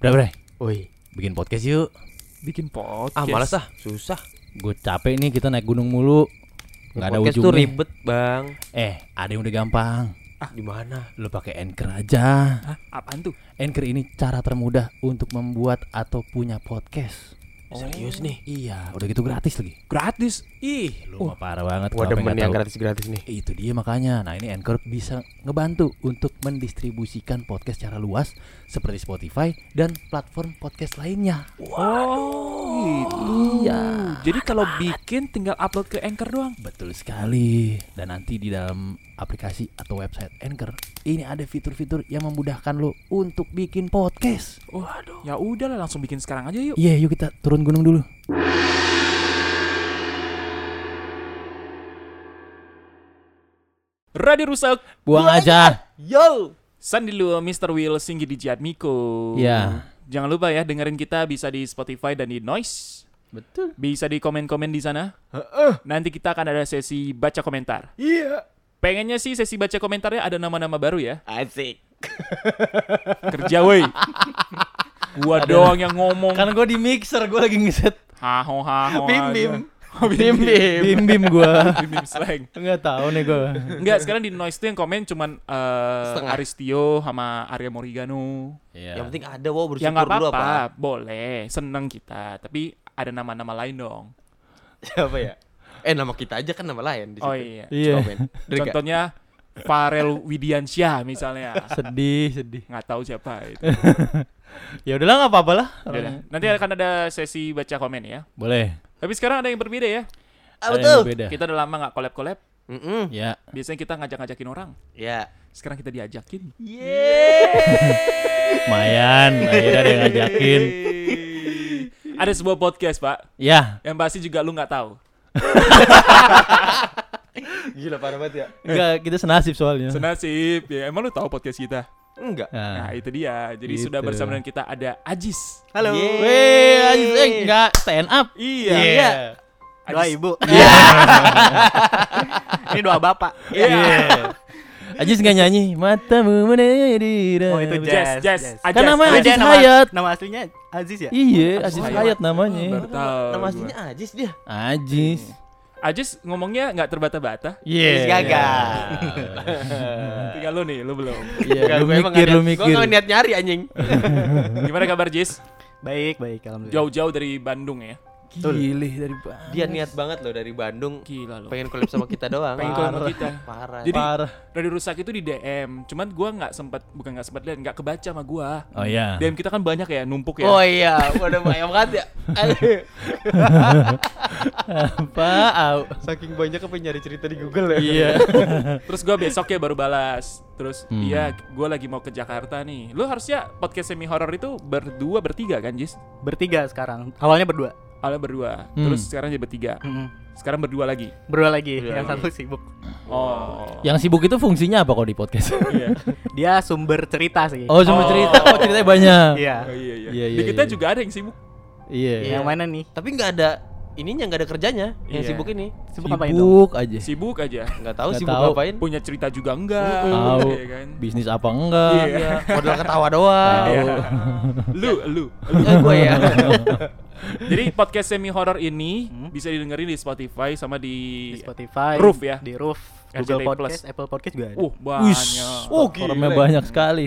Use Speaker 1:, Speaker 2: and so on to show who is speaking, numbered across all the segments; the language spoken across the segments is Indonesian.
Speaker 1: Udah bre,
Speaker 2: Woi,
Speaker 1: bikin podcast yuk
Speaker 3: bikin podcast.
Speaker 2: ah malas ah, susah.
Speaker 1: Gue capek nih kita naik gunung mulu Gak ada
Speaker 2: podcast tuh
Speaker 1: ujungnya
Speaker 2: ribet, Bang.
Speaker 1: Eh ada yang udah gampang
Speaker 3: Ah.
Speaker 2: Gimana?
Speaker 1: Lo pakai Anchor aja
Speaker 3: Hah, apaan tuh?
Speaker 1: Anchor ini cara termudah untuk membuat atau punya podcast
Speaker 2: Serius nih.
Speaker 1: Iya udah gitu gratis lagi
Speaker 3: Oh. Gratis.
Speaker 1: Eh,
Speaker 2: Ih,
Speaker 1: Lu mah parah banget
Speaker 2: gua
Speaker 1: kenapa
Speaker 2: demen
Speaker 1: nggak
Speaker 2: yang
Speaker 1: tahu.
Speaker 2: gratis-gratis nih.
Speaker 1: Itu dia makanya. Nah, ini Anchor bisa ngebantu untuk mendistribusikan podcast secara luas seperti Spotify dan platform podcast lainnya.
Speaker 3: Oh, gitu.
Speaker 1: Iya.
Speaker 3: Jadi kalau bikin tinggal upload ke Anchor doang.
Speaker 1: Betul sekali. Dan nanti di dalam aplikasi atau website Anchor, ini ada fitur-fitur yang memudahkan lo untuk bikin podcast.
Speaker 3: Waduh. Ya udahlah langsung bikin sekarang aja yuk.
Speaker 1: Iya, yuk kita turun gunung dulu.
Speaker 3: Radio rusak.
Speaker 1: Buang aja.
Speaker 2: Yo.
Speaker 3: Sandi lu Mr. Will Singgi di Jihad Miko.
Speaker 1: Iya.
Speaker 3: Jangan lupa ya dengerin kita bisa di Spotify dan di Noise.
Speaker 1: Betul.
Speaker 3: Bisa di komen-komen di sana. Nanti kita akan ada sesi baca komentar.
Speaker 2: Iya.
Speaker 3: Pengennya sih sesi baca komentarnya ada nama-nama baru ya.
Speaker 2: Asik.
Speaker 3: Kerja woi. Gua doang yang ngomong.
Speaker 1: Kan gue di mixer, gue lagi ngeset
Speaker 3: Haho haho.
Speaker 2: Bim
Speaker 3: aja.
Speaker 2: bim. Bim bim.
Speaker 1: bim-bim gue.
Speaker 3: Bim bim slang.
Speaker 1: Nggak tahu nih gue.
Speaker 3: Enggak, sekarang di noise tuh yang komen cuman eh,
Speaker 2: Setengah.
Speaker 3: Aristio sama Arya Morigano.
Speaker 1: Iya.
Speaker 2: Yang penting ada wow
Speaker 3: Yang
Speaker 2: bersyukur
Speaker 3: Ya, nggak
Speaker 2: dulu
Speaker 3: apa-apa,
Speaker 2: apa?
Speaker 3: boleh, seneng kita. Tapi ada nama-nama lain dong.
Speaker 2: Siapa ya? Eh nama kita aja kan nama lain di situ.
Speaker 3: Oh iya.
Speaker 1: Iya.
Speaker 2: Coba, men. Dari nggak?
Speaker 3: Contohnya Farel Widiansyah misalnya.
Speaker 1: Sedih, sedih.
Speaker 3: Nggak tahu siapa itu.
Speaker 1: Ya udahlah nggak apa-apa lah.
Speaker 3: Yaudah, Nanti akan ada sesi baca komen ya.
Speaker 1: Boleh.
Speaker 3: Tapi sekarang ada yang berbeda ya.
Speaker 1: Ada
Speaker 2: Apa
Speaker 1: yang
Speaker 2: tuh?
Speaker 1: berbeda.
Speaker 3: Kita udah lama nggak collab-collab.
Speaker 2: Mm-mm.
Speaker 1: Ya.
Speaker 3: Biasanya kita ngajak-ngajakin orang.
Speaker 2: Ya.
Speaker 3: Sekarang kita diajakin.
Speaker 1: Lumayan, akhirnya ada yang ngajakin.
Speaker 3: Yeay. ada sebuah podcast, Pak.
Speaker 1: Ya,
Speaker 3: Yang pasti juga lu nggak tahu.
Speaker 2: Gila parah banget ya.
Speaker 1: enggak kita senasib soalnya.
Speaker 3: Senasib. Ya, emang lu tahu podcast kita?
Speaker 2: Enggak.
Speaker 3: Nah,
Speaker 1: Nah.
Speaker 3: itu dia. Jadi
Speaker 1: Gitu.
Speaker 3: sudah bersama dengan kita ada Ajis.
Speaker 2: Halo.
Speaker 1: Weh, anjing, eh, enggak stand up.
Speaker 3: Iya.
Speaker 1: Iya.
Speaker 2: Doa
Speaker 3: Ajis.
Speaker 2: ibu. Ini doa bapak.
Speaker 1: Ajis enggak nyanyi, matamu meneri.
Speaker 4: Oh, itu
Speaker 3: Jazz, Ah,
Speaker 4: Jazz,
Speaker 3: jazz,
Speaker 4: jazz.
Speaker 3: Ajaz,
Speaker 1: Kan namanya
Speaker 3: Ajaz.
Speaker 1: Ajis
Speaker 4: Beda Eh, nama-
Speaker 1: Hayat.
Speaker 4: Nama aslinya Aziz ya?
Speaker 1: Iya, Ajis
Speaker 3: Hayat.
Speaker 1: Hayat
Speaker 3: Baru
Speaker 1: namanya.
Speaker 3: tahu
Speaker 2: Nama
Speaker 3: gua.
Speaker 2: aslinya Ajis dia.
Speaker 1: Ajis.
Speaker 3: Ajis Ah, ngomongnya nggak terbata-bata.
Speaker 1: Iya.
Speaker 4: gagal.
Speaker 3: Tinggal lu nih, lu belum.
Speaker 1: Iya, lu
Speaker 2: Gua emang
Speaker 1: mikir,
Speaker 2: nggak
Speaker 1: lu
Speaker 2: niat-
Speaker 1: mikir.
Speaker 2: Gua nggak niat nyari anjing.
Speaker 3: Iya. Gimana kabar Jis?
Speaker 4: Baik, baik alhamdulillah.
Speaker 3: Jauh-jauh dari Bandung ya.
Speaker 1: Gilih dari Bang.
Speaker 2: Dia niat banget loh dari Bandung.
Speaker 3: Gila lu.
Speaker 2: Pengen collab sama kita doang.
Speaker 3: Pengen collab sama kita.
Speaker 2: Parah.
Speaker 3: Jadi
Speaker 1: Parah.
Speaker 3: Radio Rusak itu di DM. Cuman gua nggak sempat bukan nggak sempat lihat, nggak kebaca sama gua.
Speaker 1: Oh iya.
Speaker 3: DM kita kan banyak ya, numpuk ya.
Speaker 2: Oh iya, udah banyak banget ya.
Speaker 1: Apa? Au.
Speaker 2: Saking banyak apa nyari cerita di
Speaker 3: ya.
Speaker 2: Google
Speaker 1: Iya.
Speaker 3: Terus gua besok ya baru balas. Terus
Speaker 1: Hmm.
Speaker 3: iya, gua lagi mau ke Jakarta nih. Lu harusnya podcast semi horror itu berdua bertiga kan, Jis?
Speaker 4: Bertiga sekarang. Awalnya berdua.
Speaker 3: Awalnya berdua,
Speaker 1: Hmm.
Speaker 3: terus sekarang jadi bertiga.
Speaker 4: Mm-mm.
Speaker 3: Sekarang berdua lagi.
Speaker 4: Berdua lagi,
Speaker 3: Iya.
Speaker 2: Berdua
Speaker 4: yang
Speaker 2: lagi.
Speaker 4: satu sibuk.
Speaker 3: Oh.
Speaker 1: Yang sibuk itu fungsinya apa kalau di podcast?
Speaker 3: iya.
Speaker 4: Dia sumber cerita sih.
Speaker 1: Oh, cuma
Speaker 3: Oh.
Speaker 1: cerita. Oh, ceritanya banyak.
Speaker 3: Oh,
Speaker 4: Iya.
Speaker 3: iya, iya.
Speaker 1: Iya,
Speaker 3: Di
Speaker 1: iya,
Speaker 3: kita
Speaker 1: iya.
Speaker 3: juga ada yang sibuk.
Speaker 1: Iya.
Speaker 2: Iya.
Speaker 4: Yang mana nih?
Speaker 2: Tapi nggak ada ininya nggak ada kerjanya yang
Speaker 3: Iya.
Speaker 2: sibuk ini.
Speaker 4: Sibuk, apa itu?
Speaker 1: Sibuk aja.
Speaker 3: Sibuk aja.
Speaker 2: Nggak tahu
Speaker 1: Nggak
Speaker 2: sibuk
Speaker 1: tahu.
Speaker 2: ngapain.
Speaker 3: Punya cerita juga enggak.
Speaker 1: Tahu.
Speaker 3: Iya kan?
Speaker 1: Bisnis apa enggak?
Speaker 3: Iya.
Speaker 2: Modal ketawa doang.
Speaker 3: Iya. Lu, lu.
Speaker 2: Eh, gue ya.
Speaker 3: Jadi podcast semi horror ini bisa didengerin di Spotify sama di,
Speaker 4: Di Spotify.
Speaker 3: Iya. Roof ya?
Speaker 4: Di Roof.
Speaker 3: RCTI
Speaker 4: Google Podcast,
Speaker 3: Plus.
Speaker 4: Apple Podcast juga ada.
Speaker 3: Uh, banyak. ya.
Speaker 1: Wih, oh, forumnya banyak sekali.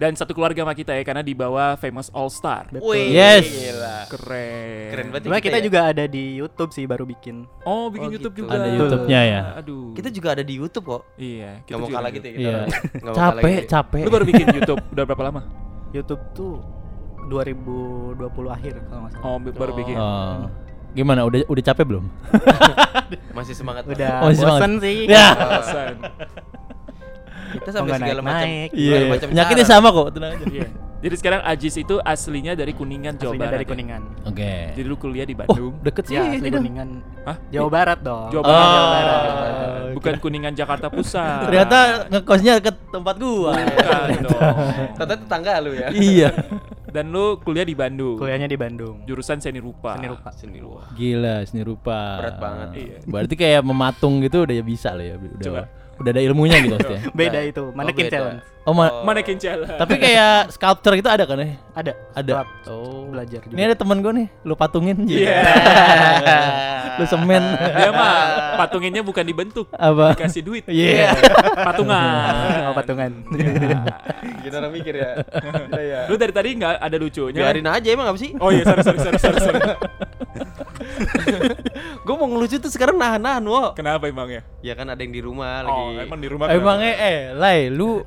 Speaker 3: Dan satu keluarga sama kita ya karena di bawah Famous All Star.
Speaker 2: Wih,
Speaker 1: Yes.
Speaker 2: Gila.
Speaker 3: Keren.
Speaker 2: Keren banget.
Speaker 4: Cuma
Speaker 2: kita
Speaker 4: kita
Speaker 2: ya?
Speaker 4: juga ada di YouTube sih baru bikin.
Speaker 3: Oh, bikin
Speaker 2: Oh,
Speaker 3: YouTube
Speaker 2: gitu.
Speaker 3: juga.
Speaker 1: Ada YouTube-nya ya.
Speaker 3: Aduh.
Speaker 2: Kita juga ada di YouTube kok.
Speaker 3: Iya,
Speaker 2: Gak mau
Speaker 3: juga
Speaker 2: kalah
Speaker 3: ada
Speaker 2: gitu ya.
Speaker 1: Iya.
Speaker 2: kita. Nggak mau kalah
Speaker 1: Capek,
Speaker 2: gitu ya.
Speaker 1: capek.
Speaker 3: Lu baru bikin YouTube udah berapa lama?
Speaker 4: YouTube tuh 2020 akhir kalau nggak salah.
Speaker 3: Oh, b- baru
Speaker 2: Oh.
Speaker 3: bikin.
Speaker 1: Oh. Gimana? Udah udah capek belum?
Speaker 2: Masih semangat. Bang.
Speaker 4: Udah
Speaker 1: Oh, masih
Speaker 4: bosen
Speaker 1: semangat.
Speaker 4: sih.
Speaker 1: Ya.
Speaker 3: Alasan.
Speaker 2: Kita sampai
Speaker 4: nggak
Speaker 2: segala macam.
Speaker 4: naik-naik.
Speaker 2: segala
Speaker 1: Iya.
Speaker 2: macam
Speaker 1: Penyakitnya
Speaker 2: cara.
Speaker 1: sama kok, tenang aja.
Speaker 3: Iya. Jadi sekarang Ajis itu aslinya dari Kuningan, Jawa
Speaker 4: Aslinya
Speaker 3: Barat.
Speaker 4: dari
Speaker 3: ya?
Speaker 4: Kuningan.
Speaker 1: Oke.
Speaker 3: Jadi lu kuliah di
Speaker 1: Oh,
Speaker 3: Bandung.
Speaker 1: deket sih
Speaker 4: Ya, asli
Speaker 1: ini dong.
Speaker 4: Kuningan.
Speaker 3: Hah?
Speaker 4: Jawa Barat dong.
Speaker 3: Jawa
Speaker 1: Oh.
Speaker 3: Barat, Jawa
Speaker 1: Oh,
Speaker 3: Barat. Bukan Kuningan Jakarta Pusat.
Speaker 1: Ternyata ngekosnya ke tempat gua.
Speaker 3: Bukan dong.
Speaker 2: Tata tetangga lu ya.
Speaker 1: iya.
Speaker 3: Dan lu kuliah di Bandung.
Speaker 4: Kuliahnya di Bandung.
Speaker 3: Jurusan seni rupa.
Speaker 4: Seni rupa.
Speaker 2: Sini lu.
Speaker 1: Gila, seni rupa.
Speaker 2: Berat banget.
Speaker 3: Iya.
Speaker 1: Berarti kayak mematung gitu udah ya bisa lah ya. Udah
Speaker 3: Coba.
Speaker 1: udah ada ilmunya gitu maksudnya.
Speaker 4: Beda itu, manekin
Speaker 2: beda.
Speaker 4: challenge.
Speaker 1: Oh, ma-
Speaker 3: Manekin challenge.
Speaker 1: tapi kayak sculpture gitu ada kan ya?
Speaker 4: Ada.
Speaker 1: Ada.
Speaker 4: Setelah
Speaker 1: Oh.
Speaker 4: Belajar juga.
Speaker 1: Ini ada temen gue nih, lu patungin
Speaker 3: Iya.
Speaker 1: lu semen.
Speaker 3: Dia mah Iya, patunginnya bukan dibentuk,
Speaker 1: Apa?
Speaker 3: dikasih duit.
Speaker 1: Iya.
Speaker 4: Oh,
Speaker 3: Patungan.
Speaker 4: Ah, patungan.
Speaker 2: Iya. Kita orang mikir ya. Gila ya.
Speaker 3: Lu dari tadi nggak ada lucunya.
Speaker 2: Biarin aja emang apa sih?
Speaker 3: Oh iya, sorry sorry sorry sorry. sorry.
Speaker 2: Gue mau ngelucu tuh sekarang nahan-nahan wo.
Speaker 3: Kenapa emangnya?
Speaker 2: Ya kan ada yang di rumah lagi.
Speaker 3: Oh, emang di rumah.
Speaker 1: Emangnya eh Lai, lu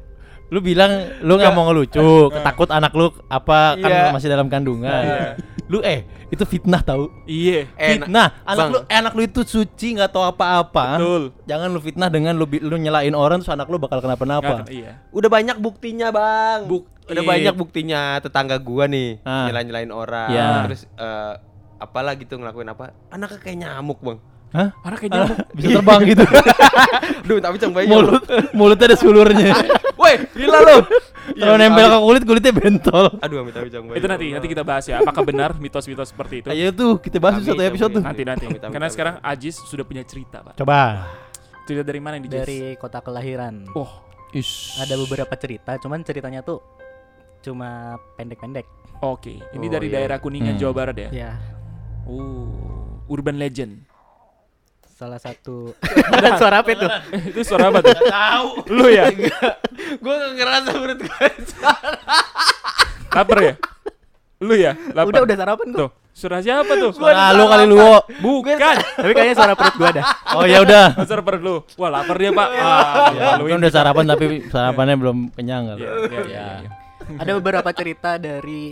Speaker 1: lu bilang lu nggak mau ngelucu, takut anak lu apa kan
Speaker 2: Eh. Iya.
Speaker 1: masih dalam kandungan.
Speaker 3: Iya.
Speaker 1: Lu eh itu fitnah tahu?
Speaker 3: Iya.
Speaker 2: Eh,
Speaker 1: Fitnah. Anak
Speaker 2: Bang.
Speaker 1: lu eh, anak lu itu suci nggak tahu apa-apa.
Speaker 3: Betul.
Speaker 1: Jangan lu fitnah dengan lu bi- lu nyelain orang terus anak lu bakal kenapa-napa.
Speaker 3: Nggak- Iya.
Speaker 2: Udah banyak buktinya bang.
Speaker 3: Buk-
Speaker 2: Udah
Speaker 3: iya.
Speaker 2: banyak buktinya tetangga gua nih
Speaker 1: Ah.
Speaker 2: nyelain-nyelain orang.
Speaker 1: Iya.
Speaker 2: Terus eh, apalah gitu ngelakuin apa? Anaknya kayak nyamuk bang.
Speaker 1: Hah?
Speaker 3: Parah kayaknya. lu-
Speaker 1: Bisa terbang gitu.
Speaker 2: Duh tapi cang bayi.
Speaker 1: Mulut mulutnya ada sulurnya.
Speaker 2: Woi gila lu.
Speaker 1: Kalau
Speaker 2: Iya,
Speaker 1: nempel
Speaker 2: amit-
Speaker 1: ke kulit kulitnya bentol.
Speaker 2: Aduh amit amit cang bayi.
Speaker 3: Itu nanti nanti kita bahas ya. Apakah benar mitos-mitos seperti itu?
Speaker 1: Ayo tuh kita bahas
Speaker 2: Amin,
Speaker 1: satu episode
Speaker 2: amin.
Speaker 1: tuh.
Speaker 3: Nanti nanti.
Speaker 2: Amit, amit,
Speaker 3: Karena
Speaker 2: amit.
Speaker 3: sekarang Ajis sudah punya cerita, Pak.
Speaker 1: Coba.
Speaker 3: Cerita dari mana nih, Jis?
Speaker 4: Dari kota kelahiran.
Speaker 3: Oh,
Speaker 1: Ish.
Speaker 4: Ada beberapa cerita, cuman ceritanya tuh cuma pendek-pendek.
Speaker 3: oke. Ini
Speaker 2: Oh,
Speaker 3: dari
Speaker 2: iya.
Speaker 3: daerah Kuningan,
Speaker 1: Hmm.
Speaker 3: Jawa Barat ya.
Speaker 4: Ya,
Speaker 3: Oh, urban legend.
Speaker 4: salah satu Ada suara apa itu?
Speaker 3: itu suara apa tuh?
Speaker 2: Tahu.
Speaker 3: Lu ya?
Speaker 2: Gue ngerasa menurut gue.
Speaker 3: Lapar ya? Lu ya? Lapar.
Speaker 4: Udah udah sarapan gua.
Speaker 3: Tuh, Kan? suara siapa tuh?
Speaker 1: Suara lu kali lu. Wo.
Speaker 3: Bukan.
Speaker 4: Tapi kayaknya suara perut gua ada.
Speaker 1: Oh ya udah.
Speaker 3: Suara perut lu. Wah, lapar dia, Pak. Ah,
Speaker 1: Kan udah sarapan tapi sarapannya belum kenyang kali.
Speaker 3: Iya, iya, iya, iya.
Speaker 4: Ada beberapa cerita dari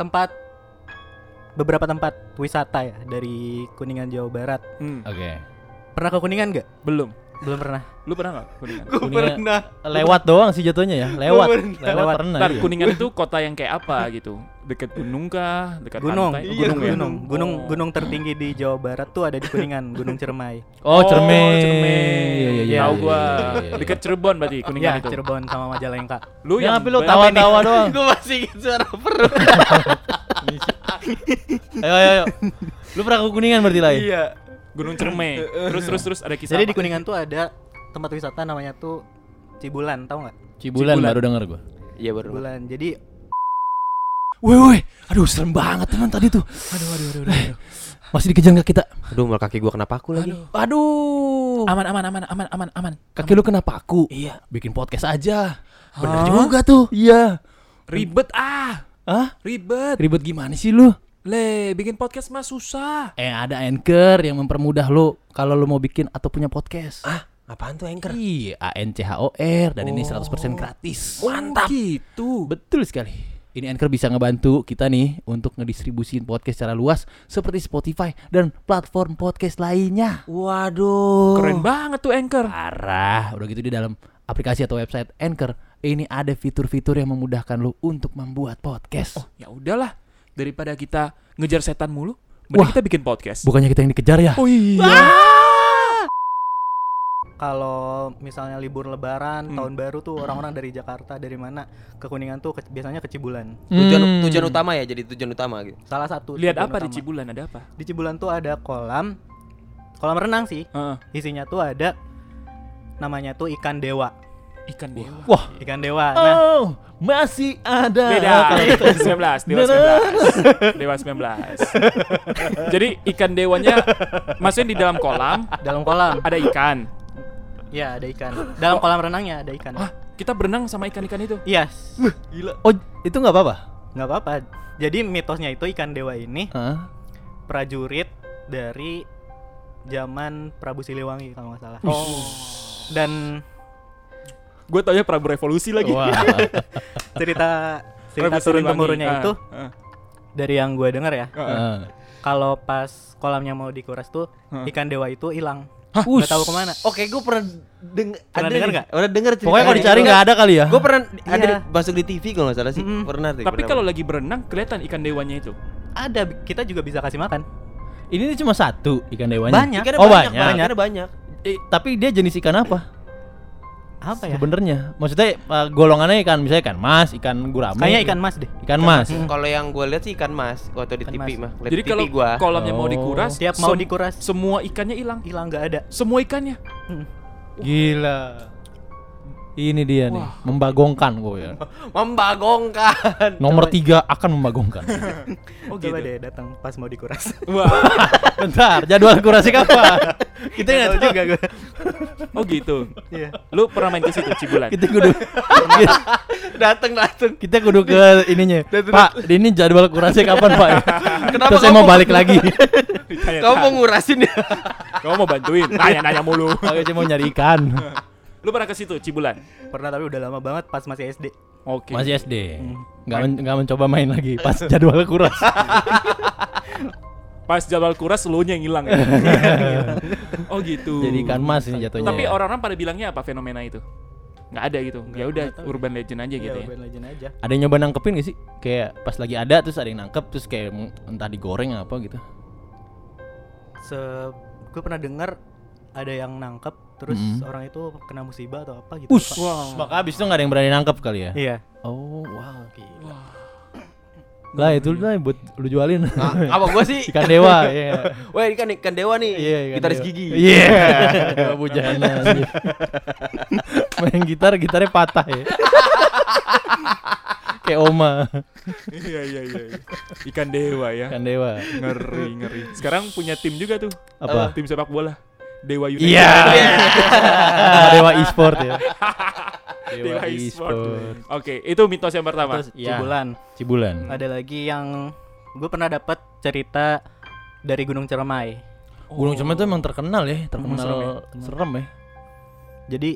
Speaker 4: tempat beberapa tempat wisata ya dari Kuningan Jawa Barat.
Speaker 3: Hmm,
Speaker 1: Oke.
Speaker 4: Pernah ke Kuningan nggak?
Speaker 3: belum.
Speaker 4: Belum pernah.
Speaker 3: Lu pernah nggak Kuningan?
Speaker 2: Gue
Speaker 1: Kuningan-
Speaker 2: pernah.
Speaker 1: Lewat doang sih jatuhnya ya. Lewat.
Speaker 2: Bener.
Speaker 1: Lewat
Speaker 4: Lewat.
Speaker 1: pernah.
Speaker 3: Ntar,
Speaker 1: iya.
Speaker 3: Kuningan itu kota yang kayak apa gitu? Dekat gunung kah? Dekat
Speaker 4: Gunung,
Speaker 3: pantai?
Speaker 2: Iya,
Speaker 4: gunung,
Speaker 2: gunung.
Speaker 4: gunung, gunung,
Speaker 3: Oh.
Speaker 4: gunung tertinggi di Jawa Barat tuh ada di Kuningan, Gunung Cermai.
Speaker 1: Oh, cermin.
Speaker 3: cermin.
Speaker 1: Iya iya iya.
Speaker 3: Tahu
Speaker 1: iya,
Speaker 3: gua.
Speaker 1: iya, iya, iya.
Speaker 3: Dekat Cirebon berarti Kuningan
Speaker 4: Ya,
Speaker 3: itu.
Speaker 4: Cirebon sama Majalengka.
Speaker 3: Lu
Speaker 1: Yang apa lu
Speaker 3: bener-
Speaker 1: tawa-tawa
Speaker 3: Ah.
Speaker 1: doang.
Speaker 2: Gue masih ingat suara perut.
Speaker 1: Ayo ayo ayo. Lu pernah ke Kuningan berarti lah.
Speaker 2: Iya.
Speaker 3: Gunung Cermai. Terus terus terus ada kisah.
Speaker 4: Eh, Jadi
Speaker 3: apa?
Speaker 4: di Kuningan tuh ada tempat wisata namanya tuh Cibulan, tahu nggak?
Speaker 1: Cibulan,
Speaker 3: Cibulan.
Speaker 1: baru denger gua.
Speaker 2: Iya baru.
Speaker 4: Cibulan. Jadi
Speaker 1: Woi woi. Aduh serem banget teman tadi tuh. Eh,
Speaker 3: Aduh, aduh, aduh, aduh, aduh.
Speaker 1: Masih dikejar nggak kita?
Speaker 2: Aduh malah kaki gue kenapa aku lagi.
Speaker 1: Aduh.
Speaker 3: Aman aman aman aman aman aman.
Speaker 1: Kaki lu kenapa aku? Iya. Bikin podcast aja. Ah. Bener juga tuh. Iya.
Speaker 3: Ribet ah.
Speaker 1: Hah?
Speaker 3: Ribet.
Speaker 1: Ribet gimana sih lu?
Speaker 3: Le, bikin podcast mah susah.
Speaker 1: Eh ada anchor yang mempermudah lu kalau lu mau bikin atau punya podcast.
Speaker 2: Ah apaan tuh anchor?
Speaker 1: Iya, A N C H O R dan ini 100% gratis.
Speaker 3: Mantap. Gitu.
Speaker 1: Betul sekali. Ini Anchor bisa ngebantu kita nih untuk ngedistribusin podcast secara luas seperti Spotify dan platform podcast lainnya.
Speaker 2: Waduh.
Speaker 3: Keren banget tuh Anchor.
Speaker 1: Parah, udah gitu di dalam aplikasi atau website Anchor ini ada fitur-fitur yang memudahkan lu untuk membuat podcast.
Speaker 3: Ya udahlah, daripada kita ngejar setan mulu, mending
Speaker 1: Wah.
Speaker 3: kita bikin podcast.
Speaker 1: Bukannya kita yang dikejar ya?
Speaker 3: Oh iya.
Speaker 4: kalau misalnya libur lebaran,
Speaker 3: Hmm.
Speaker 4: tahun baru tuh orang-orang dari Jakarta dari mana ke Kuningan tuh ke- biasanya ke Cibulan.
Speaker 2: Tujuan
Speaker 1: Hmm.
Speaker 2: tujuan utama ya jadi tujuan utama gitu.
Speaker 4: Salah satu.
Speaker 3: Lihat
Speaker 4: tujuan
Speaker 3: apa di
Speaker 4: utama.
Speaker 3: Cibulan ada apa?
Speaker 4: Di Cibulan tuh ada kolam kolam renang sih.
Speaker 3: Heeh.
Speaker 4: Isinya tuh ada namanya tuh ikan dewa.
Speaker 3: ikan dewa.
Speaker 1: Wah,
Speaker 4: Ikan dewa. Nah,
Speaker 1: oh, masih ada.
Speaker 3: Beda.
Speaker 1: Oh, Kalau kita-
Speaker 3: 19, dewa 19. Dewa 19. Jadi ikan dewanya masukin di dalam kolam,
Speaker 4: Nah, dalam kolam
Speaker 3: ada ikan.
Speaker 4: ya ada ikan. Dalam kolam renangnya ada ikan.
Speaker 3: Wah, kita berenang sama ikan-ikan itu.
Speaker 4: Yes.
Speaker 2: Gila.
Speaker 1: Oh, itu nggak apa-apa.
Speaker 4: nggak apa-apa. Jadi mitosnya itu ikan dewa ini
Speaker 1: Hah?
Speaker 4: prajurit dari zaman Prabu Siliwangi kalau nggak salah. Oh. Dan
Speaker 3: Gue taunya Prabu Revolusi lagi.
Speaker 1: Wah.
Speaker 4: cerita
Speaker 3: Prabu
Speaker 4: cerita turun
Speaker 3: Siliwangi.
Speaker 4: temurunnya
Speaker 3: Ah,
Speaker 4: itu
Speaker 3: ah,
Speaker 4: dari yang gue denger ya.
Speaker 3: ah, ah.
Speaker 1: Heeh.
Speaker 4: Kalau pas kolamnya mau dikuras tuh
Speaker 3: Heeh.
Speaker 4: ikan dewa itu hilang.
Speaker 1: Hah?
Speaker 4: Nggak tahu kemana. Oh,
Speaker 2: Oke, gue pernah denger
Speaker 4: Pernah denger nggak?
Speaker 2: Pernah denger cerita.
Speaker 1: Pokoknya kalau dicari nggak ada kali ya.
Speaker 2: Gue pernah ada
Speaker 4: Iya.
Speaker 2: masuk di TV kalau nggak salah sih.
Speaker 4: Mm-mm.
Speaker 2: Pernah deh.
Speaker 3: Tapi
Speaker 2: pernah.
Speaker 3: kalau lagi berenang kelihatan ikan dewanya itu.
Speaker 4: Ada kita juga bisa kasih makan.
Speaker 1: Ini cuma satu ikan dewanya.
Speaker 4: Banyak.
Speaker 2: ikannya
Speaker 1: Oh,
Speaker 2: banyak,
Speaker 1: banyak.
Speaker 2: Bang, ikannya banyak.
Speaker 1: Eh, tapi dia jenis ikan apa?
Speaker 4: Apa ya?
Speaker 1: Sebenarnya. Maksudnya eh, golongannya ikan misalnya ikan mas, ikan gurame. gitu.
Speaker 3: ya.
Speaker 4: Kayaknya ikan mas deh.
Speaker 1: ikan mas.
Speaker 2: Kalau yang gue lihat sih ikan mas waktu di
Speaker 4: Ikan
Speaker 2: TV
Speaker 4: mas.
Speaker 2: mah. Lihat
Speaker 3: Jadi
Speaker 2: TV
Speaker 3: kalau
Speaker 2: gua.
Speaker 3: kolamnya
Speaker 1: Oh.
Speaker 3: mau dikuras,
Speaker 4: Tiap mau
Speaker 3: sem-
Speaker 4: dikuras
Speaker 3: semua ikannya hilang.
Speaker 4: hilang nggak ada.
Speaker 3: Semua ikannya.
Speaker 4: Hmm.
Speaker 1: Gila. Ini dia nih, membagongkan gue ya.
Speaker 2: Membagongkan.
Speaker 1: Nomor tiga akan membagongkan.
Speaker 4: Oh, Coba
Speaker 3: gitu.
Speaker 4: deh datang pas mau dikuras.
Speaker 3: Wah,
Speaker 1: Bentar, jadwal kurasi kapan? Kita nggak tahu juga gue.
Speaker 3: oh gitu.
Speaker 4: Iya.
Speaker 3: Lu pernah main ke situ Cibulan?
Speaker 1: Kita kudu
Speaker 2: dateng dateng.
Speaker 1: kita kudu ke ininya. Pak, ini jadwal kurasi kapan Pak?
Speaker 2: Kenapa
Speaker 1: Terus saya mau
Speaker 2: kamu-
Speaker 1: balik lagi.
Speaker 3: Ditanya,
Speaker 2: Kamu mau ngurasin ya?
Speaker 3: kamu mau bantuin? Nanya-nanya mulu.
Speaker 1: Aku cuma mau nyari ikan.
Speaker 3: Lu pernah ke situ Cibulan?
Speaker 4: Pernah tapi udah lama banget pas masih SD.
Speaker 3: Oke.
Speaker 1: Masih SD. Nggak, men- nggak mencoba main lagi pas jadwal kuras.
Speaker 3: Pas jadwal kuras selunya yang hilang. ya? oh gitu.
Speaker 1: Jadi ikan mas ini jatuhnya.
Speaker 3: Tapi
Speaker 1: ya.
Speaker 3: orang-orang pada bilangnya apa fenomena itu? Nggak ada gitu. Ya udah
Speaker 4: nggak tahu.
Speaker 3: urban legend aja gitu
Speaker 4: Iya,
Speaker 3: ya.
Speaker 4: Urban Legend aja.
Speaker 1: ada yang nyoba nangkepin gak sih? Kayak pas lagi ada terus ada yang nangkep terus kayak meng- entah digoreng apa gitu.
Speaker 4: Se gue pernah dengar ada yang nangkep terus
Speaker 1: Mm.
Speaker 3: Mm-hmm.
Speaker 4: orang itu kena musibah atau apa gitu.
Speaker 1: Us.
Speaker 4: lupa.
Speaker 1: Maka abis itu gak ada yang berani nangkep kali ya.
Speaker 4: Iya.
Speaker 1: Oh wow. Lah itu lah yang buat lu jualin.
Speaker 2: Nah, apa gua sih?
Speaker 1: Ikan dewa. Iya.
Speaker 2: Wah ini kan ikan dewa nih.
Speaker 1: Iya. ikan
Speaker 2: Gitaris
Speaker 1: dewa.
Speaker 2: gigi.
Speaker 1: Iya. Dewa Bujana. anjir. Main gitar gitarnya patah ya. kayak oma.
Speaker 3: Iya iya iya. Ikan dewa ya.
Speaker 1: Ikan dewa.
Speaker 3: Ngeri ngeri. Sekarang punya tim juga tuh. Eh,
Speaker 1: Apa?
Speaker 3: Tim sepak bola. Dewa United.
Speaker 1: Iya. Sama dewa e-sport ya.
Speaker 3: Dewa e-sport. Oke, itu mitos yang pertama.
Speaker 4: Terus
Speaker 1: Iya.
Speaker 4: Cibulan.
Speaker 3: Mm-hmm.
Speaker 1: Cibulan.
Speaker 4: Ada lagi yang gue pernah dapat cerita dari Gunung Cermai.
Speaker 1: Gunung Cermai itu emang terkenal ya, terkenal
Speaker 3: serem
Speaker 1: serem
Speaker 3: ya,
Speaker 1: ya.
Speaker 4: Jadi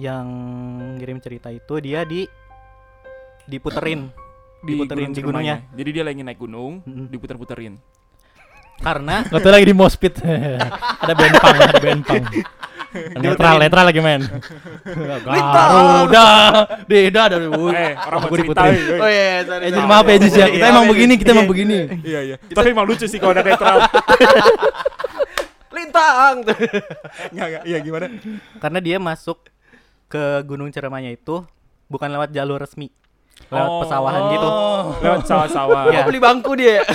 Speaker 4: yang ngirim cerita itu dia di diputerin diputerin di
Speaker 3: Gunung
Speaker 4: gunungnya.
Speaker 3: Cermainya. Jadi dia lagi naik gunung,
Speaker 4: Mm.
Speaker 3: diputer-puterin.
Speaker 4: karena
Speaker 1: Nggak tahu lagi di Mospit. ada bentang, ada bentang. netral, netral lagi main. Garuda, Deda dari
Speaker 3: Eh, orang
Speaker 1: Aku
Speaker 3: mau cerita.
Speaker 1: diputerin.
Speaker 3: woi.
Speaker 2: Oh iya, sorry.
Speaker 1: Eh, jadi
Speaker 2: sorry.
Speaker 1: maaf ya Jis ya,
Speaker 4: Iya,
Speaker 1: kita emang
Speaker 4: iya.
Speaker 1: begini, kita emang begini.
Speaker 3: Iya iya. Tapi emang lucu sih kalau ada netral.
Speaker 2: Lintang.
Speaker 3: Enggak enggak. Iya gimana?
Speaker 4: karena dia masuk ke Gunung Ceramanya itu bukan lewat jalur resmi, lewat
Speaker 3: Oh.
Speaker 4: pesawahan gitu.
Speaker 3: Lewat sawah-sawah.
Speaker 4: Iya.
Speaker 2: Mau beli bangku dia.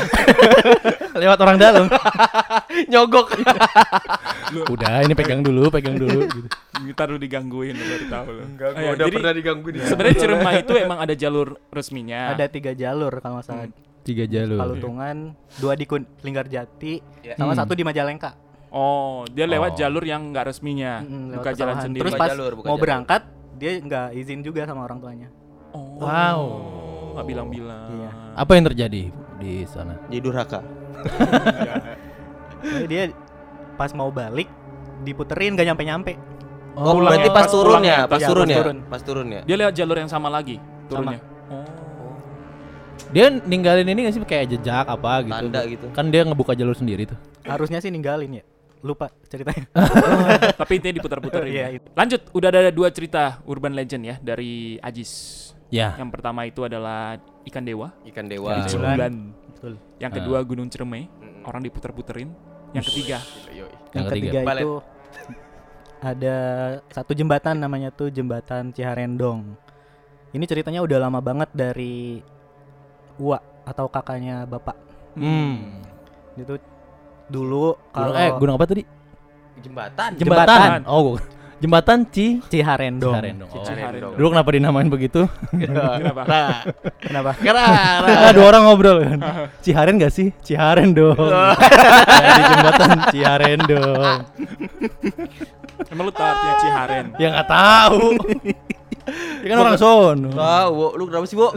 Speaker 1: Lewat orang dalam.
Speaker 2: Nyogok.
Speaker 1: Udah, ini pegang dulu, pegang dulu. Gitu.
Speaker 3: Ntar lu digangguin lu baru tahu lu.
Speaker 2: Enggak,
Speaker 1: Oh,
Speaker 3: Iya,
Speaker 2: gua udah
Speaker 3: jadi
Speaker 2: pernah digangguin.
Speaker 3: Sebenarnya Ciremai itu emang ada jalur resminya.
Speaker 4: Ada tiga jalur kalau nggak salah.
Speaker 1: Tiga jalur.
Speaker 4: Palutungan, dua di Kun- Linggarjati,
Speaker 2: Iya.
Speaker 4: sama
Speaker 1: Hmm.
Speaker 4: satu di Majalengka.
Speaker 3: Oh, dia
Speaker 1: Oh.
Speaker 3: lewat jalur yang nggak resminya.
Speaker 4: Mm-mm, lewat
Speaker 3: Buka jalan
Speaker 4: pesawahan.
Speaker 3: sendiri.
Speaker 4: Terus
Speaker 2: Bukan
Speaker 4: pas
Speaker 2: jalur, bukan
Speaker 4: mau
Speaker 2: jalur.
Speaker 4: berangkat dia nggak izin juga sama orang tuanya.
Speaker 3: Oh.
Speaker 1: Wow.
Speaker 3: Nggak bilang-bilang.
Speaker 4: Iya.
Speaker 1: Apa yang terjadi di sana?
Speaker 2: Jadi durhaka.
Speaker 4: Jadi dia pas mau balik diputerin gak nyampe-nyampe.
Speaker 2: Oh, berarti pas turun ya, pas
Speaker 4: Iya,
Speaker 2: turun
Speaker 4: pas
Speaker 2: ya.
Speaker 4: turun.
Speaker 2: Pas turun ya.
Speaker 3: Dia lewat jalur yang sama lagi turunnya. Oh.
Speaker 1: Dia ninggalin ini nggak sih kayak jejak apa gitu?
Speaker 2: Tanda gitu.
Speaker 1: Kan dia ngebuka jalur sendiri tuh.
Speaker 4: Harusnya sih ninggalin ya. Lupa ceritanya.
Speaker 3: Oh. Tapi intinya diputar-puterin.
Speaker 4: Iya, itu.
Speaker 3: Lanjut, udah ada dua cerita urban legend ya dari Ajis.
Speaker 1: Ya.
Speaker 3: Yang pertama itu adalah ikan dewa,
Speaker 2: Ikan dewa.
Speaker 1: Ikan
Speaker 4: Bulan.
Speaker 3: Betul. Yang kedua gunung cermai, orang diputar-puterin. Yang ketiga,
Speaker 4: Yang ketiga
Speaker 2: Balet.
Speaker 4: itu ada satu jembatan namanya tuh jembatan Ciharendong. Ini ceritanya udah lama banget dari Ua atau kakaknya bapak.
Speaker 1: Hmm.
Speaker 4: Itu dulu
Speaker 1: Gunung,
Speaker 4: kalau
Speaker 1: eh gunung apa tadi?
Speaker 2: Jembatan.
Speaker 1: Jembatan. Oh, gua- jembatan Ci
Speaker 4: Ciharendong.
Speaker 1: Ciharendong. Oh.
Speaker 3: Ciharendong.
Speaker 1: Dulu kenapa dinamain begitu?
Speaker 3: kenapa?
Speaker 4: Kenapa?
Speaker 1: Karena dua orang ngobrol kan. Ciharen gak sih? Ciharendong. Di jembatan Ciharendong.
Speaker 3: Emang lu tahu artinya Ciharen?
Speaker 1: Ya nggak tahu. ya kan orang sono.
Speaker 2: Wah, Wo, lu kenapa sih, Wo?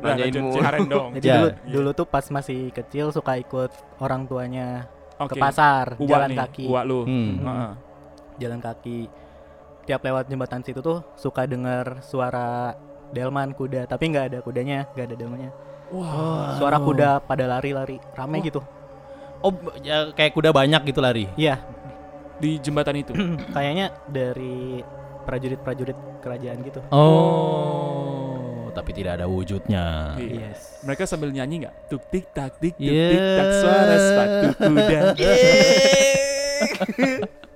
Speaker 3: Nah,
Speaker 2: Nanyain
Speaker 3: lanjut,
Speaker 2: mulu.
Speaker 3: Ciharen dong.
Speaker 4: Jadi
Speaker 1: Ya.
Speaker 4: dulu, dulu tuh pas masih kecil suka ikut orang tuanya
Speaker 3: Oke.
Speaker 4: ke pasar,
Speaker 3: Uwa
Speaker 4: jalan
Speaker 3: nih,
Speaker 4: kaki,
Speaker 3: Uwa lu.
Speaker 1: Hmm.
Speaker 3: Heeh.
Speaker 4: jalan kaki. Tiap lewat jembatan situ tuh suka dengar suara delman kuda, tapi nggak ada kudanya, nggak ada delmannya.
Speaker 3: Wah.
Speaker 4: Suara kuda pada lari-lari, rame gitu.
Speaker 1: Oh, ya kayak kuda banyak gitu lari.
Speaker 4: Iya,
Speaker 3: Di jembatan itu.
Speaker 4: kayaknya dari prajurit-prajurit kerajaan gitu.
Speaker 1: Oh, tapi tidak ada wujudnya.
Speaker 3: Iya.
Speaker 4: Yes.
Speaker 3: Mereka sambil nyanyi nggak? Tuk tik tak tik tuk
Speaker 1: Yeah.
Speaker 3: tik tak suara sepatu kuda.
Speaker 2: Iya.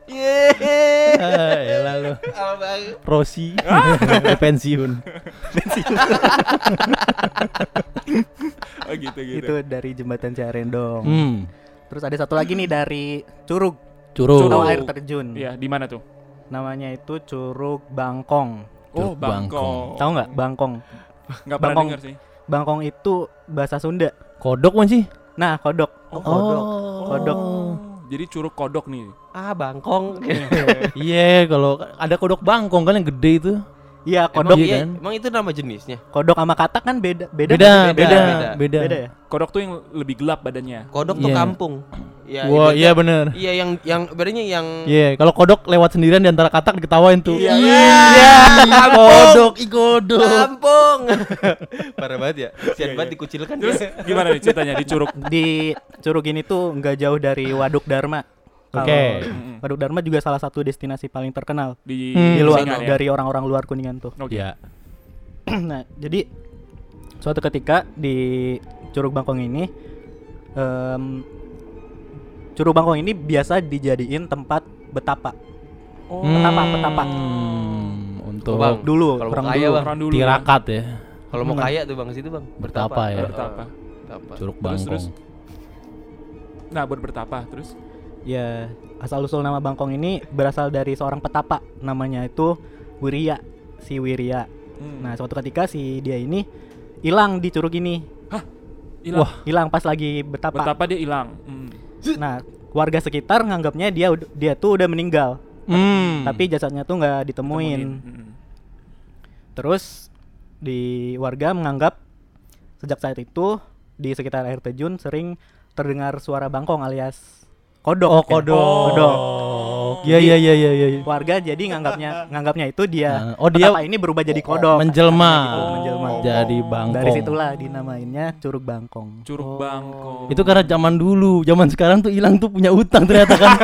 Speaker 2: Yeay.
Speaker 1: Ah, elah lu.
Speaker 2: Abang.
Speaker 1: Rossi pensiun.
Speaker 3: Oh gitu gitu.
Speaker 4: Itu dari jembatan Ciharendong.
Speaker 1: Hmm.
Speaker 4: Terus ada satu lagi nih dari Curug.
Speaker 5: Curug.
Speaker 4: Atau
Speaker 3: Curug.
Speaker 4: air terjun.
Speaker 3: Iya, di mana tuh?
Speaker 4: Namanya itu Curug Bangkong.
Speaker 5: Curug
Speaker 3: Oh,
Speaker 5: Bangkong.
Speaker 3: Bangkong.
Speaker 4: Tahu nggak Bangkong?
Speaker 3: Enggak pernah
Speaker 4: Bangkong.
Speaker 3: dengar sih.
Speaker 4: Bangkong itu bahasa Sunda.
Speaker 1: Kodok kan sih?
Speaker 4: Nah, kodok.
Speaker 3: Oh,
Speaker 4: Kodok.
Speaker 3: Jadi curug kodok nih.
Speaker 2: Ah, bangkong.
Speaker 1: Iya, kalau ada kodok bangkong kan yang gede itu.
Speaker 4: Iya,
Speaker 2: Kodok
Speaker 4: kodok.
Speaker 1: Iya
Speaker 2: iya,
Speaker 1: kan?
Speaker 2: emang itu nama jenisnya.
Speaker 4: Kodok sama katak kan beda beda.
Speaker 1: Beda,
Speaker 4: nggak sih?
Speaker 1: beda,
Speaker 2: beda.
Speaker 1: beda.
Speaker 4: Beda ya?
Speaker 3: Kodok tuh yang lebih gelap badannya.
Speaker 2: Kodok tuh
Speaker 1: Iya.
Speaker 2: kampung. Iya.
Speaker 1: Wah,
Speaker 2: ibaratnya-
Speaker 1: iya bener.
Speaker 2: Iya yang yang barunya yang
Speaker 1: Iya, kalau kodok lewat sendirian di antara katak diketawain tuh.
Speaker 3: Iya.
Speaker 1: iya, kodok, i kodok.
Speaker 2: kampung. Parah banget ya. Sian banget dikucilkan.
Speaker 3: Terus
Speaker 2: ya.
Speaker 3: gimana nih ceritanya di curug?
Speaker 4: Di Curug ini tuh nggak jauh dari Waduk Dharma. Kalau-
Speaker 1: Oke.
Speaker 3: Mm-mm.
Speaker 4: Hmm. Waduk Dharma juga salah satu destinasi paling terkenal
Speaker 3: Di,
Speaker 1: Hmm.
Speaker 4: di luar
Speaker 3: Kuningan ya?
Speaker 4: dari orang-orang luar Kuningan tuh.
Speaker 3: Oke.
Speaker 1: Iya.
Speaker 4: nah, jadi suatu ketika di Curug Bangkong ini em, Curug Bangkong ini biasa dijadiin tempat betapa
Speaker 3: Oh.
Speaker 4: Petapa, petapa.
Speaker 1: Hmm, Untuk
Speaker 2: Bang,
Speaker 4: dulu
Speaker 2: kalau
Speaker 4: orang
Speaker 2: mau kaya
Speaker 4: dulu.
Speaker 2: bang,
Speaker 3: Orang dulu.
Speaker 1: tirakat ya.
Speaker 2: kalau mau kaya tuh bang situ bang.
Speaker 1: Bertapa ya.
Speaker 3: Bertapa.
Speaker 2: Betapa.
Speaker 1: Curug
Speaker 3: Terus, terus.
Speaker 1: bangkong.
Speaker 3: Nah, buat bertapa terus.
Speaker 4: Ya, asal usul nama Bangkong ini berasal dari seorang petapa namanya itu Wiria, si Wiria.
Speaker 3: Hmm.
Speaker 4: Nah, suatu ketika si dia ini hilang di curug ini.
Speaker 3: Hilang.
Speaker 4: Hilang pas lagi betapa.
Speaker 3: bertapa dia hilang. Hmm.
Speaker 4: Nah, warga sekitar nganggapnya dia ud- dia tuh udah meninggal,
Speaker 1: Hmm.
Speaker 4: tapi jasadnya tuh nggak ditemuin.
Speaker 3: Mm-mm.
Speaker 4: Terus di warga menganggap sejak saat itu di sekitar air terjun sering terdengar suara bangkong alias kodok.
Speaker 1: Oh,
Speaker 4: ya.
Speaker 1: kodok.
Speaker 4: Kodok.
Speaker 1: Iya, iya, iya, iya, iya.
Speaker 4: warga jadi nganggapnya nganggapnya itu dia
Speaker 1: Nah, oh, dia
Speaker 4: petapa ini berubah jadi kodok
Speaker 1: menjelma.
Speaker 4: Gitu, menjelma.
Speaker 3: Oh.
Speaker 1: Jadi bangkong.
Speaker 4: dari situlah dinamainnya curug bangkong
Speaker 3: Curug Bangkong.
Speaker 1: Itu karena zaman dulu, zaman sekarang tuh hilang tuh punya utang ternyata kan.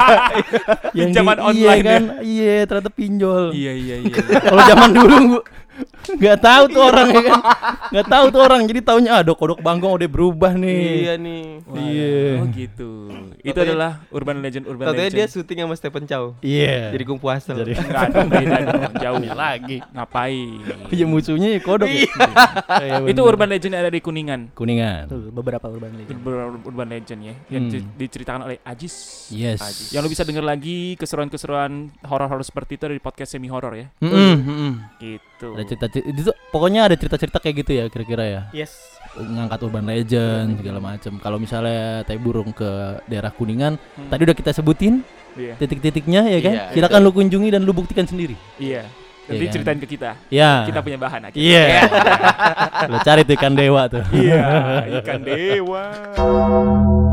Speaker 1: di-
Speaker 3: Pinjaman
Speaker 1: iya
Speaker 3: online ya.
Speaker 1: kan, iya ternyata pinjol.
Speaker 3: Iya iya iya.
Speaker 1: Kalau zaman dulu gua- nggak tahu tuh orang ya kan, nggak tahu tuh orang. Jadi taunya ah kodok bangkong udah berubah nih.
Speaker 2: Iya nih.
Speaker 3: Wah,
Speaker 1: Iya.
Speaker 3: Oh gitu. Itu
Speaker 2: Katanya-
Speaker 3: adalah urban legend urban
Speaker 2: Katanya
Speaker 3: legend.
Speaker 2: dia syuting sama Stephen Chow.
Speaker 1: Iya.
Speaker 2: Jadi kung puasa.
Speaker 1: Jadi
Speaker 3: Enggak ada beda dong, jauh lagi. Ngapain?
Speaker 1: iya musuhnya ya kodok. ya. Iya,
Speaker 3: Itu
Speaker 1: bener.
Speaker 3: urban legend yang ada di Kuningan.
Speaker 1: kuningan.
Speaker 4: Tuh, beberapa urban legend
Speaker 3: Ur- Urban legend ya, yang
Speaker 1: Hmm.
Speaker 3: di- diceritakan oleh Ajis.
Speaker 1: Yes.
Speaker 3: Ajis. Yang lo bisa denger lagi keseruan-keseruan horor-horor seperti itu dari podcast semi horor ya.
Speaker 1: Mm-mm, mm-mm.
Speaker 3: Gitu.
Speaker 1: Ada cerita cerita itu pokoknya ada cerita-cerita kayak gitu ya kira-kira ya.
Speaker 4: yes
Speaker 1: ngangkat urban legend segala macam. Kalau misalnya tai burung ke daerah Kuningan, tadi udah kita sebutin
Speaker 3: Iya.
Speaker 1: titik-titiknya ya kan.
Speaker 2: Iya,
Speaker 1: Silakan lu kunjungi dan lu buktikan sendiri.
Speaker 3: Iya. Nanti
Speaker 1: Iya kan?
Speaker 3: ceritain ke kita.
Speaker 1: Ya.
Speaker 3: Kita punya bahan akhirnya.
Speaker 1: Iya. Lu cari tuh ikan dewa tuh.
Speaker 3: Iya, ikan dewa.